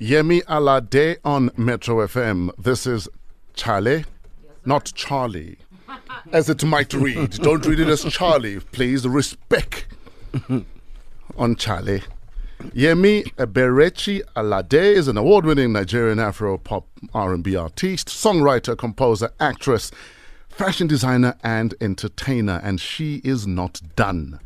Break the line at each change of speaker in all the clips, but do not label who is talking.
Yemi Alade on Metro FM. This is Charlie, not Charlie, as it might read. Don't read it as Charlie, please. Respect on Charlie. Yemi Eberechi Alade is an award-winning Nigerian Afro-pop R&B artist, songwriter, composer, actress, fashion designer and entertainer, and she is not done.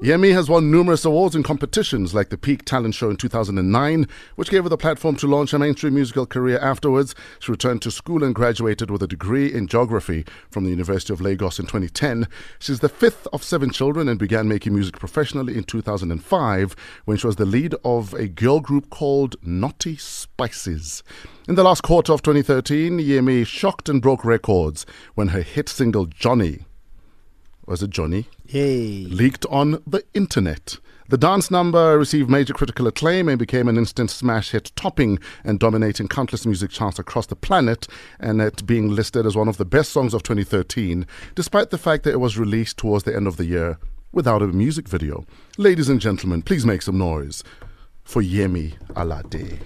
Yemi has won numerous awards and competitions like the Peak Talent Show in 2009, which gave her the platform to launch a mainstream musical career afterwards. She returned to school and graduated with a degree in geography from the University of Lagos in 2010. She's the fifth of seven children and began making music professionally in 2005 when she was the lead of a girl group called Naughty Spices. In the last quarter of 2013, Yemi shocked and broke records when her hit single Johnny was it Johnny?
Hey.
leaked on the internet. The dance number received major critical acclaim and became an instant smash hit, topping and dominating countless music charts across the planet, and it being listed as one of the best songs of 2013, despite the fact that it was released towards the end of the year without a music video. Ladies and gentlemen, please make some noise for Yemi Alade.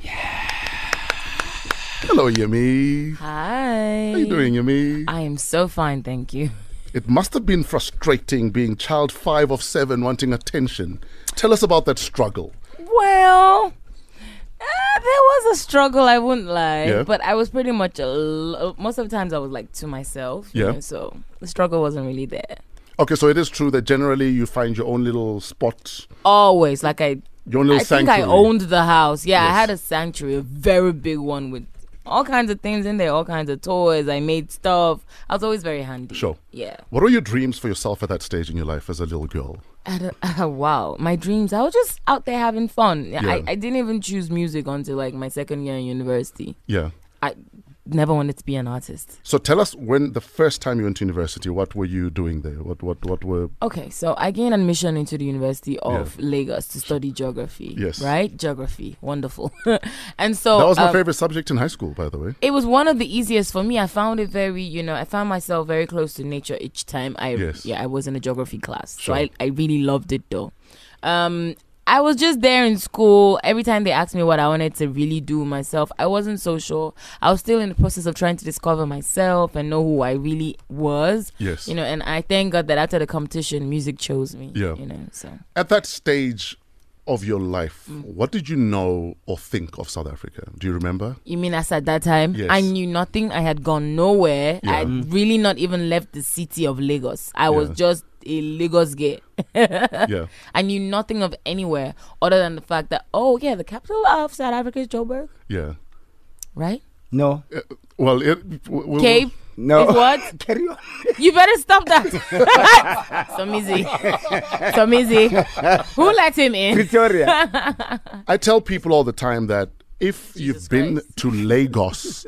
Hello, Yemi.
Hi.
How you doing, Yemi?
I am so fine, thank you.
It must have been frustrating being child five of seven wanting attention. Tell us about that struggle.
Well, uh, there was a struggle, I wouldn't lie.
Yeah.
But I was pretty much, a l- most of the times I was like to myself. you
Yeah.
know, so the struggle wasn't really there.
Okay, so it is true that generally you find your own little spot,
Always. Like I,
your own
I
little
think
sanctuary.
I owned the house. Yeah,
Yes.
I had a sanctuary, a very big one with all kinds of things in there, all kinds of toys. I made stuff. I was always very handy.
Sure.
Yeah.
What were your dreams for yourself at that stage in your life as a little girl?
I don't- wow, my dreams. I was just out there having fun.
Yeah.
I, I didn't even choose music until like my second year in university.
Yeah.
I never wanted to be an artist.
So tell us when the first time you went to university, what were you doing there? What what what were
Okay, so I gained admission into the University of Lagos to study geography.
Yes.
Right? Geography. Wonderful. and so
That was my
um,
favorite subject in high school, by the way.
it was one of the easiest for me. I found it very, you know, I found myself very close to nature each time I
Yes.
yeah, I was in a geography class.
Sure.
So I, I really loved it though. Um I was just there in school. Every time they asked me what I wanted to really do myself, I wasn't so sure. I was still in the process of trying to discover myself and know who I really was.
Yes.
You know, and I thank God that after the competition, music chose me.
Yeah.
You know, so
At that stage of your life,
Mm.
what did you know or think of South Africa? Do you remember?
You mean as at that time?
Yes.
I knew nothing. I had gone nowhere.
Yeah.
I had really not even left the city of Lagos. I was
Yeah.
just a Lagos gay.
yeah.
I knew nothing of anywhere other than the fact that, oh, yeah, the capital of South Africa is Joburg,
Yeah.
right?
No.
Uh, well, it, w- w-
Cape
Oh.
No.
is what?
Carry on.
You better stop that. Some easy. Some easy. Who let him in?
Pretoria.
I tell people all the time that if you've
Jesus
been
Christ.
to Lagos,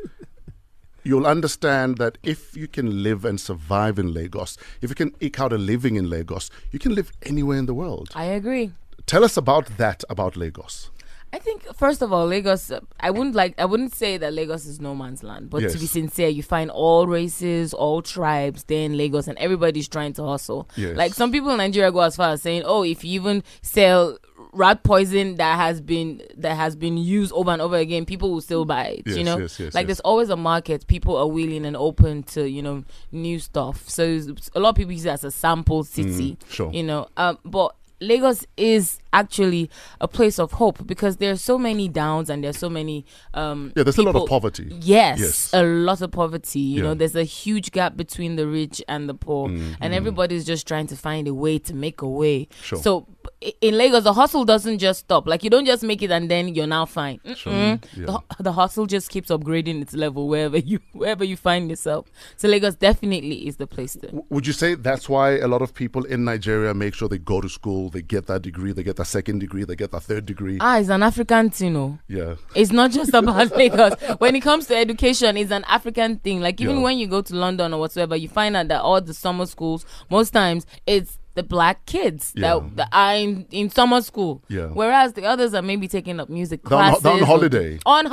you'll understand that if you can live and survive in Lagos, if you can eke out a living in Lagos, you can live anywhere in the world.
I agree.
tell us about that about Lagos.
I think first of all, Lagos. uh, I wouldn't like. I wouldn't say that Lagos is no man's land, but
Yes.
to be sincere, you find all races, all tribes. They're in Lagos, and everybody's trying to hustle.
Yes.
Like some people in Nigeria go as far as saying, "Oh, if you even sell rat poison that has been that has been used over and over again, people will still buy it."
Yes,
you know,
yes, yes,
like
yes.
there's always a market. People are willing and open to you know new stuff. So it's- a lot of people use it as a sample city.
Mm, sure.
You know, um, but Lagos is actually a place of hope because there's so many downs and there's so many um
Yeah, there's still a lot of
people-
poverty.
Yes,
Yes.
a lot of poverty. You
Yeah. Mm, mm-hmm.
know, there's a huge gap between the rich and the poor, and everybody's just trying to find a way to make a way.
Sure.
So i- in Lagos, the hustle doesn't just stop. Like you don't just make it and then you're now fine. Mm-mm.
Yeah.
The, hu- the hustle just keeps upgrading its level wherever you wherever you find yourself. So Lagos definitely is the place to.
W- Would you say that's why a lot of people in Nigeria make sure they go to school, they get that degree, they get that second degree, they get that third degree?
Ah, it's an African thing, oh.
yeah.
It's not just about Lagos. When it comes to education, it's an African thing. Like even
Yeah.
when you go to London or whatsoever, you find out that all the summer schools, most times, it's the black kids
Yeah.
that, that are in, in summer school.
Yeah.
Whereas the others are maybe taking up music
They're on ho-
classes.
they're on
or-
holiday.
On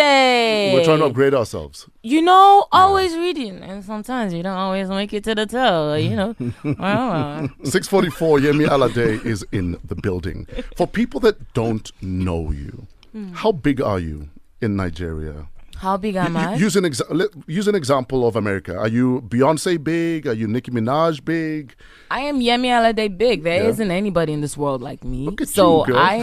holiday.
We're trying to upgrade ourselves.
You know, always reading, and sometimes you don't always make it to the top. You know. Well, uh,
644 Yemi Alade is in the building. For people that don't know you, how big are you in Nigeria?
How big am
You-
I?
Use an exa- let- use an example of America. Are you Beyonce big? Are you Nicki Minaj big?
I am Yemi Alade big. There
Yeah.
not anybody in this world like me.
Look at
so
you, girl. Mm.
I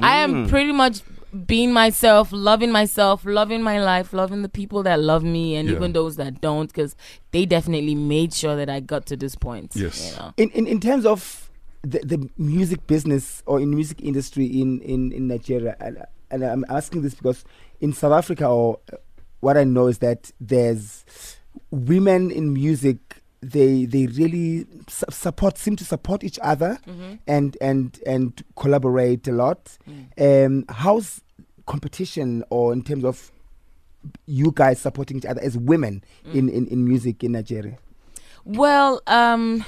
am I am pretty much being myself, loving myself, loving my life, loving the people that love me and
Yeah.
even those that don't cuz they definitely made sure that I got to this point.
Yes.
you know.
in, in, in terms of the, the music business or in music industry in, in, in Nigeria, and, and I'm asking this because in South Africa, or uh, what I know is that there's women in music. They they really su- support seem to support each other
Mm-hmm.
and and and collaborate a lot. Um, how's competition or in terms of you guys supporting each other as women in, in, in music in Nigeria?
Well, um,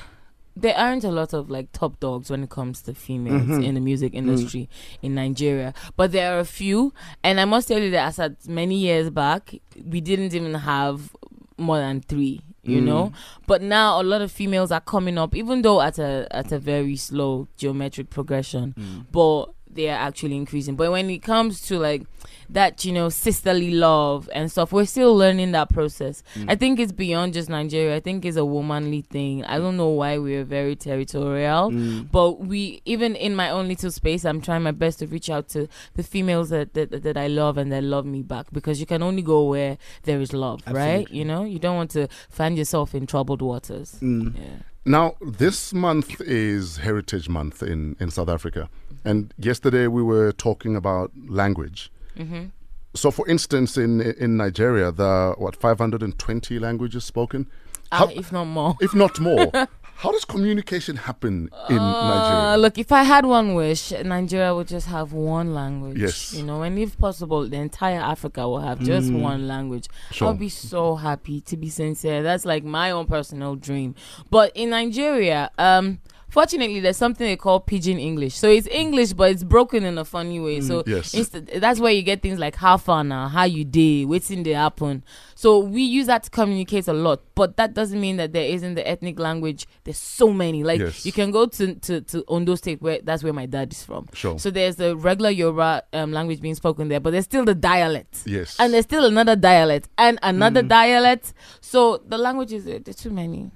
there aren't a lot of like top dogs when it comes to females in the music industry in Nigeria, but there are a few. And I must tell you that as at many years back, we didn't even have more than three. You know, but now a lot of females are coming up, even though at a at a very slow geometric progression,
Mm.
but they are actually increasing. But when it comes to like that, you know, sisterly love and stuff, we're still learning that process. I think it's beyond just Nigeria. I think it's a womanly thing. I don't know why we are very territorial,
Mm.
but we even in my own little space, I'm trying my best to reach out to the females that that, that I love and that love me back because you can only go where there is love, right?
Absolutely.
You know, you don't want to find yourself in troubled waters.
Mm.
Yeah.
Now, this month is Heritage Month in, in South Africa. And yesterday we were talking about language.
Mhm.
So, for instance, in, in Nigeria, there are, what, 520 languages spoken?
Ah,
How-
if not more.
if not more. How does communication happen in
Uh,
Nigeria?
look, if I had one wish, Nigeria would just have one language.
Yes. Mm.
You know, and if possible, the entire Africa will have just one language.
Sure.
I'll be so happy, to be sincere. That's like my own personal dream. But in Nigeria, um, fortunately, there's something they call pidgin English. So it's English, but it's broken in a funny way. So
Mm, yes.
inst- that's where you get things like how far now, how you day, waiting they happen. So we use that to communicate a lot. But that doesn't mean that there isn't the ethnic language. There's so many. Like,
Yes.
you can go to, to, to Ondo State, where that's where my dad is from.
Oh.
Sure.
So there's the regular Yoruba um, language being spoken there, but there's still the dialect.
yes.
And there's still another dialect and another
Mm.
dialect. So the languages, there- there's too many.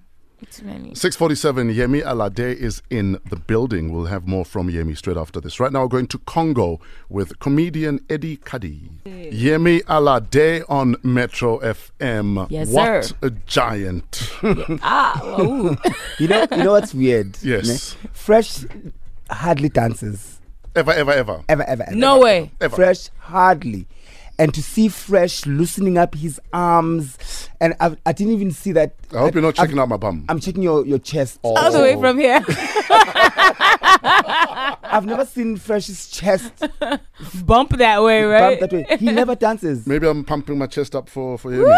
Too many.
647 Yemi Alade is in the building. We'll have more from Yemi straight after this. Right now, we're going to Congo with comedian Eddie Kadi. Yemi Alade on Metro FM.
Yes,
what
sir.
a giant.
ah, wow.
You know, you know what's weird?
Yes.
ne? Fresh hardly dances.
ever, ever, ever.
Ever, ever, ever.
no way.
Ever.
Fresh hardly. And to see Fresh loosening up his arms, and I, I didn't even see that.
I hope you're not
I've-
checking Oh. out my bum.
I'm checking your, your chest.
All the way from here.
I've never seen Fresh's chest
Bump that way, right?
bump that way. He never dances.
Maybe I'm pumping my chest up for, for Yemi.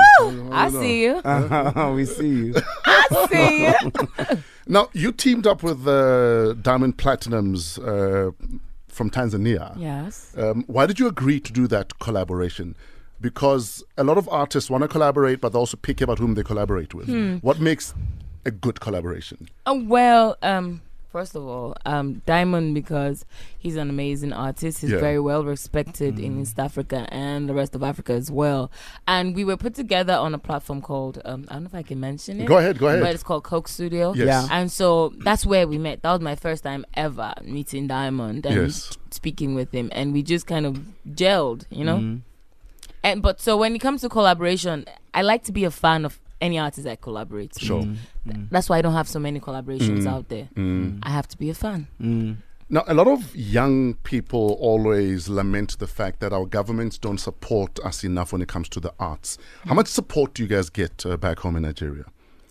I
don't know.
see you.
Uh-huh, we see you.
I see you.
Now, you teamed up with uh, Diamond Platinums uh, from Tanzania.
yes.
Um, why did you agree to do that collaboration? Because a lot of artists want to collaborate, but they also pick about whom they collaborate with. What makes a good collaboration?
Uh, well, um, first of all, um, Diamond because he's an amazing artist. He's
Yeah. Mm.
very well respected in East Africa and the rest of Africa as well. And we were put together on a platform called um, I don't know if I can mention it.
Go ahead, go
But
ahead.
it's called Coke Studio.
Yes.
Yeah.
And so that's where we met. That was my first time ever meeting Diamond and
Yes.
speaking with him, and we just kind of gelled, you
Mm.
know.
Mm,
And but so when it comes to collaboration, I like to be a fan of any artist I collaborate with.
Sure.
Mm. That's why I don't have so many collaborations
Mm.
out there.
Mm.
I have to be a fan.
mm.
Now, a lot of young people always lament the fact that our governments don't support us enough when it comes to the arts. How much support do you guys get uh, back home in Nigeria?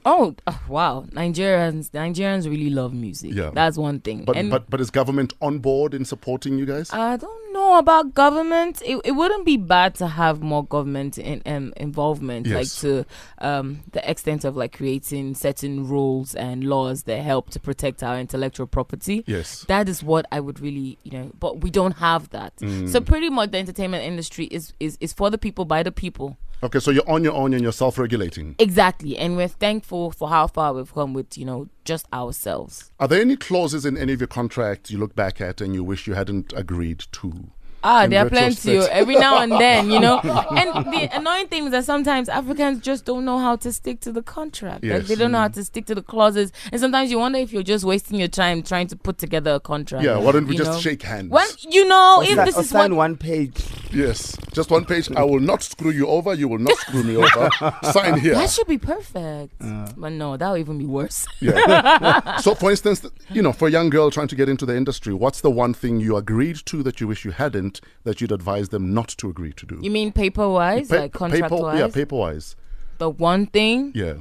Oh, uh, wow! Nigerians, Nigerians really love music.
Yeah.
that's one thing.
But,
And
but, but is government on board in supporting you guys?
I don't know about government. It, it wouldn't be bad to have more government in, um, involvement,
Yes.
like to um, the extent of like creating certain rules and laws that help to protect our intellectual property.
yes.
That is what I would really, you know, but we don't have that. So
Mm.
pretty much the entertainment industry is, is is for the people by the people.
Okay, so you're on your own and you're self regulating.
Exactly. And we're thankful for how far we've come with, you know, just ourselves.
Are there any clauses in any of your contracts you look back at and you wish you hadn't agreed to?
Ah,
in
there are plenty oh,
retrospect.
every now and then, you know. and the annoying thing is that sometimes Africans just don't know how to stick to the contract. Like
Yes.
they don't know how to stick to the clauses. And sometimes you wonder if you're just wasting your time trying to put together a contract.
Yeah, why don't we
you
just
know?
shake hands?
When you know,
Or
if
si-
this
or
is
sign
what
one page.
Yes, just one page. I will not screw you over. You will not screw me over. Sign here.
that should be perfect.
Uh.
But no, that would even be worse.
Yeah. so, for instance, you know, for a young girl trying to get into the industry, what's the one thing you agreed to that you wish you hadn't that you'd advise them not to agree to do?
You mean paper wise,
Pa-
like contract
paper,
wise?
yeah, paper wise.
the one thing
Yeah.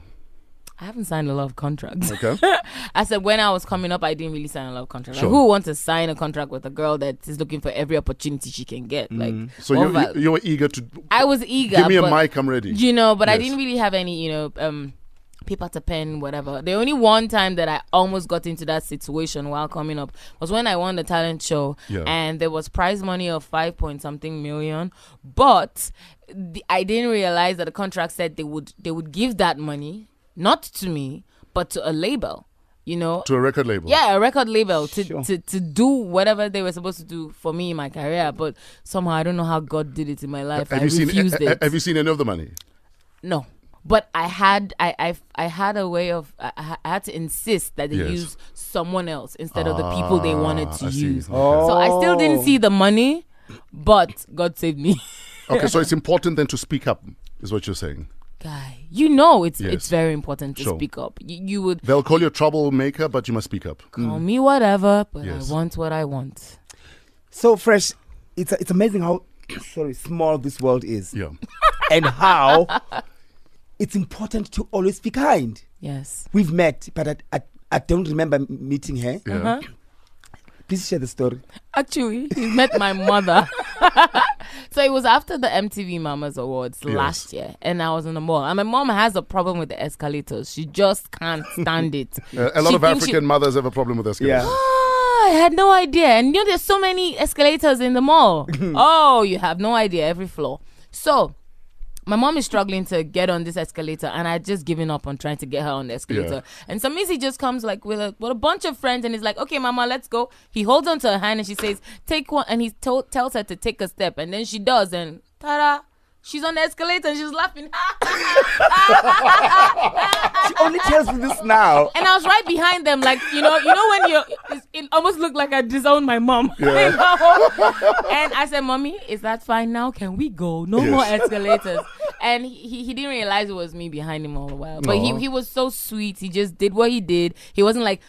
I haven't signed a lot of contracts.
Okay.
I said when I was coming up, I didn't really sign a lot of contracts.
Sure.
Like, who wants to sign a contract with a girl that is looking for every opportunity she can get? Like,
Mm. So you,
over-
you you were eager to
I was eager.
give me a
but,
mic. I'm ready.
You know, but I
Yes.
didn't really have any. You know, um, paper to pen, whatever. The only one time that I almost got into that situation while coming up was when I won the talent show,
Yeah.
and there was prize money of five point something million, but the, I didn't realize that the contract said they would they would give that money not to me but to a label. You know,
to a record label.
yeah, a record label to,
Sure.
to to do whatever they were supposed to do for me in my career, but somehow I don't know how God did it in my life.
Have
I
you seen
refused
a- a-
it.
Have you seen any of the money?
no, but I had I I, I had a way of I- I, I had to insist that they
Yes.
use someone else instead of the people they wanted
Ah,
to
I see.
use.
Okay.
So I still didn't
Oh.
see the money, but God saved me.
okay, so it's important then to speak up, is what you're saying.
Guy, you know it's
Yes.
it's very important to
Sure.
speak up. You, you would
They'll call you a troublemaker, but you must speak up.
call me whatever, but
Mm. Yes.
I want what I want.
So fresh. It's it's amazing how sorry small this world is,
Yeah.
and how it's important to always be kind.
Yes.
We've met, but I, I, I don't remember m- meeting her.
Yeah.
Uh-huh.
Please share the story.
Actually, he met my mother. so it was after the MTV Mamas Awards
Yes.
last year, and I was in the mall. And my mom has a problem with the escalators. She just can't stand it.
Uh, a lot
She
of
thinks
African
she-
mothers have a problem with escalators.
Yeah.
Ah, I had no idea. And you know, there's so many escalators in the mall. oh, you have no idea. Every floor. So. My mom is struggling to get on this escalator, and I just given up on trying to get her on the escalator. And some Missy just comes like with a, with a bunch of friends, and is like, "Okay, Mama, let's go." He holds onto her hand, and she says, "Take one," and he to- tells her to take a step, and then she does, and ta-da, she's on the escalator, and she's laughing. Ah,
She only tells me this now.
and I was right behind them, like you know, you know when you, it's- it almost looked like I disowned my mom. You know? and I said, "Mommy, is that fine now? Can we go? No
Yes.
more escalators." and he, he he didn't realize it was me behind him all the while, but
Aw.
he he was so sweet. He just did what he did. He wasn't like.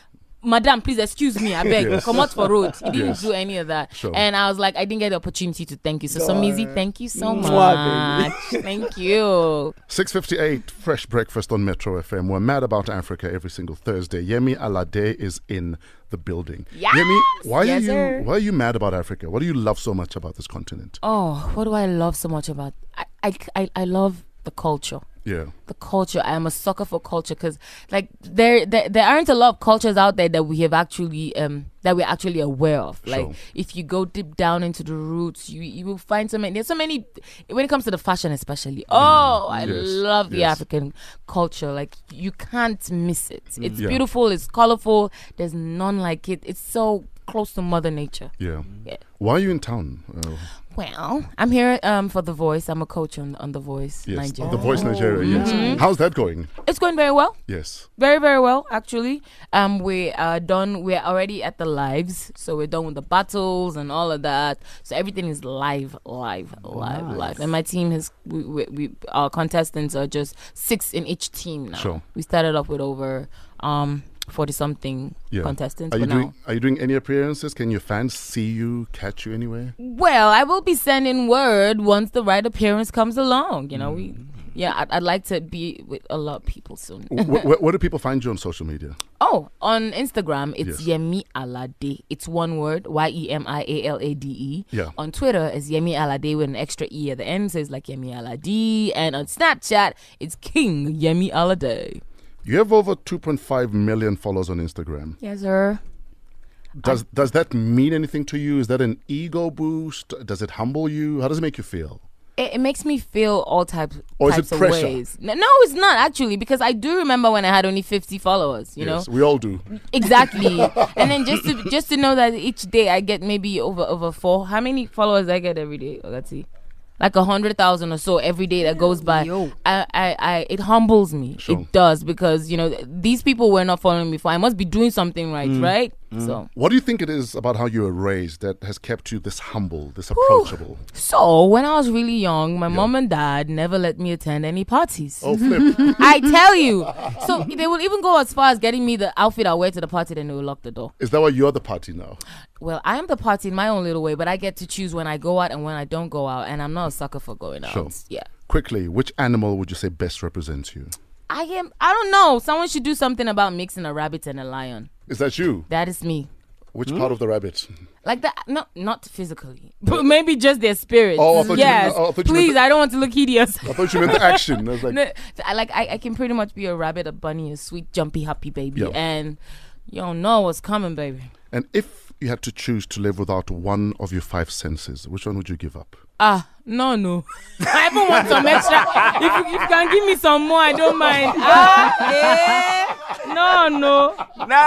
Madam, please excuse me. I beg.
Yes.
Come out for road. He didn't
Yes.
do any of that.
Sure.
And I was like, I didn't get the opportunity to thank you. So, so thank you so
Mwah,
much. thank you.
658 Fresh Breakfast on Metro FM. We're mad about Africa every single Thursday. Yemi Alade is in the building.
Yes!
Yemi, why are
Yes,
you
sir.
why are you mad about Africa? What do you love so much about this continent?
Oh, what do I love so much about? I I I, I love the culture.
Yeah.
The culture. I am a sucker for culture because, like, there, there there aren't a lot of cultures out there that we have actually um that we're actually aware of. Like,
Sure.
if you go deep down into the roots, you you will find so many. There's so many when it comes to the fashion, especially. Oh, I
Mm-hmm. Yes,
love the
yes.
African culture. Like, you can't miss it. It's
Mm, Yeah.
beautiful. It's colorful. There's none like it. It's so close to Mother Nature.
Yeah.
Yeah.
Why are you in town? Uh,
Well, I'm here um, for The Voice. I'm a coach on, on The Voice
yes. Oh,
Nigeria. Mm-hmm.
The Voice Nigeria. Yes. How's that going?
It's going very well.
Yes.
Very, very well, actually. Um, we are done. We're already at the lives. So we're done with the battles and all of that. So everything is live, live, live, live. And my team has, we, we, we, our contestants are just six in each team now.
Sure.
We started off with over um 40 something
Yeah.
contestants.
Are you
but now.
doing are you doing any appearances? Can your fans see you, catch you anywhere?
Well, I will be sending word once the right appearance comes along. You know,
Mm.
we. Yeah, I'd, I'd like to be with a lot of people soon.
where, where, where do people find you on social media?
Oh, on Instagram, it's
Yes.
Yemi Alade. It's one word, Y E M I A L A D E.
Yeah.
On Twitter, it's Yemi Alade with an extra E at the end, so it's like Yemi Alade. And on Snapchat, it's King Yemi Alade.
You have over 2.5 million followers on Instagram.
Yes, sir.
Does does that mean anything to you? Is that an ego boost? Does it humble you? How does it make you feel?
it, it makes me feel all types
Or is it
types of
pressure?
ways. No, no, it's not actually because I do remember when I had only fifty followers. You know
yes, we all do.
exactly, and then just to just to know that each day I get maybe over over four. How many followers I get every day? Ogati? Like a hundred thousand or so every day that goes by.
Yo.
I, I, I, it humbles me.
Sure.
It does because you know th- these people were not following me before. I must be doing something right,
Mm.
right? So,
What do you think it is about how you were raised that has kept you this humble, this approachable?
so when I was really young, my mom and dad never let me attend any parties.
Oh, flip.
I tell you. So they will even go as far as getting me the outfit I wear to the party, then they will lock the door.
is that why you're the party now?
Well, I am the party in my own little way, but I get to choose when I go out and when I don't go out, and I'm not a sucker for going out.
Sure.
Yeah.
Quickly, which animal would you say best represents you?
I am. I don't know. Someone should do something about mixing a rabbit and a lion.
Is that you?
That is me.
Which
Hmm?
part of the rabbit?
Like that, no, not physically, but maybe just their spirit.
Oh, I thought you meant-
yes.
oh, I thought you meant
Please,
the-
I don't want to look hideous.
I thought you meant the action. I was like,
No, I like I, I can pretty much be a rabbit, a bunny, a sweet, jumpy, happy baby,
Yeah.
and you don't know what's coming, baby.
And if you had to choose to live without one of your five senses, which one would you give up?
Ah, no, no. I even want some extra. If you, if you can give me some more, I don't mind. Ah, eh, no, no.
Nah,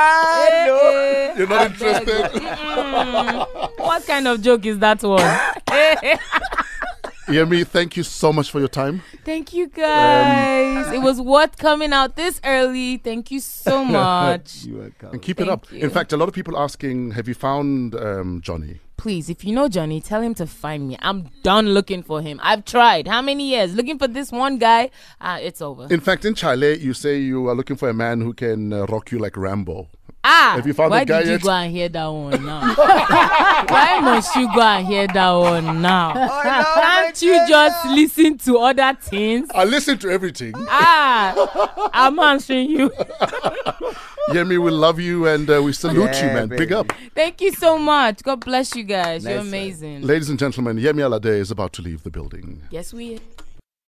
Eh, eh.
You're not interested.
Mm-mm. Hmm. What kind of joke is that one? Eh.
Yemi, thank you so much for your time.
Thank you guys. it was worth coming out this early. Thank you so much.
You are cow-
And keep it
Thank
up.
you.
In fact, a lot of people asking, have you found um, Johnny?
Please, if you know Johnny, tell him to find me. I'm done looking for him. I've tried how many years looking for this one guy. Ah, it's over.
In fact, in Chile, you say you are looking for a man who can uh, rock you like Rambo.
Ah,
Have you found
why
the guy
did you
yet?
go and hear that one now? why must you go and hear that one now? Can't you just listen to other things?
I listen to everything.
Ah, I'm answering you.
Yemi, we love you and uh, we salute you,
Yeah,
man. Big
baby.
up.
Thank you so much. God bless you guys. You're
Nice one.
amazing.
Ladies and gentlemen, Yemi Alade is about to leave the building.
Yes, we.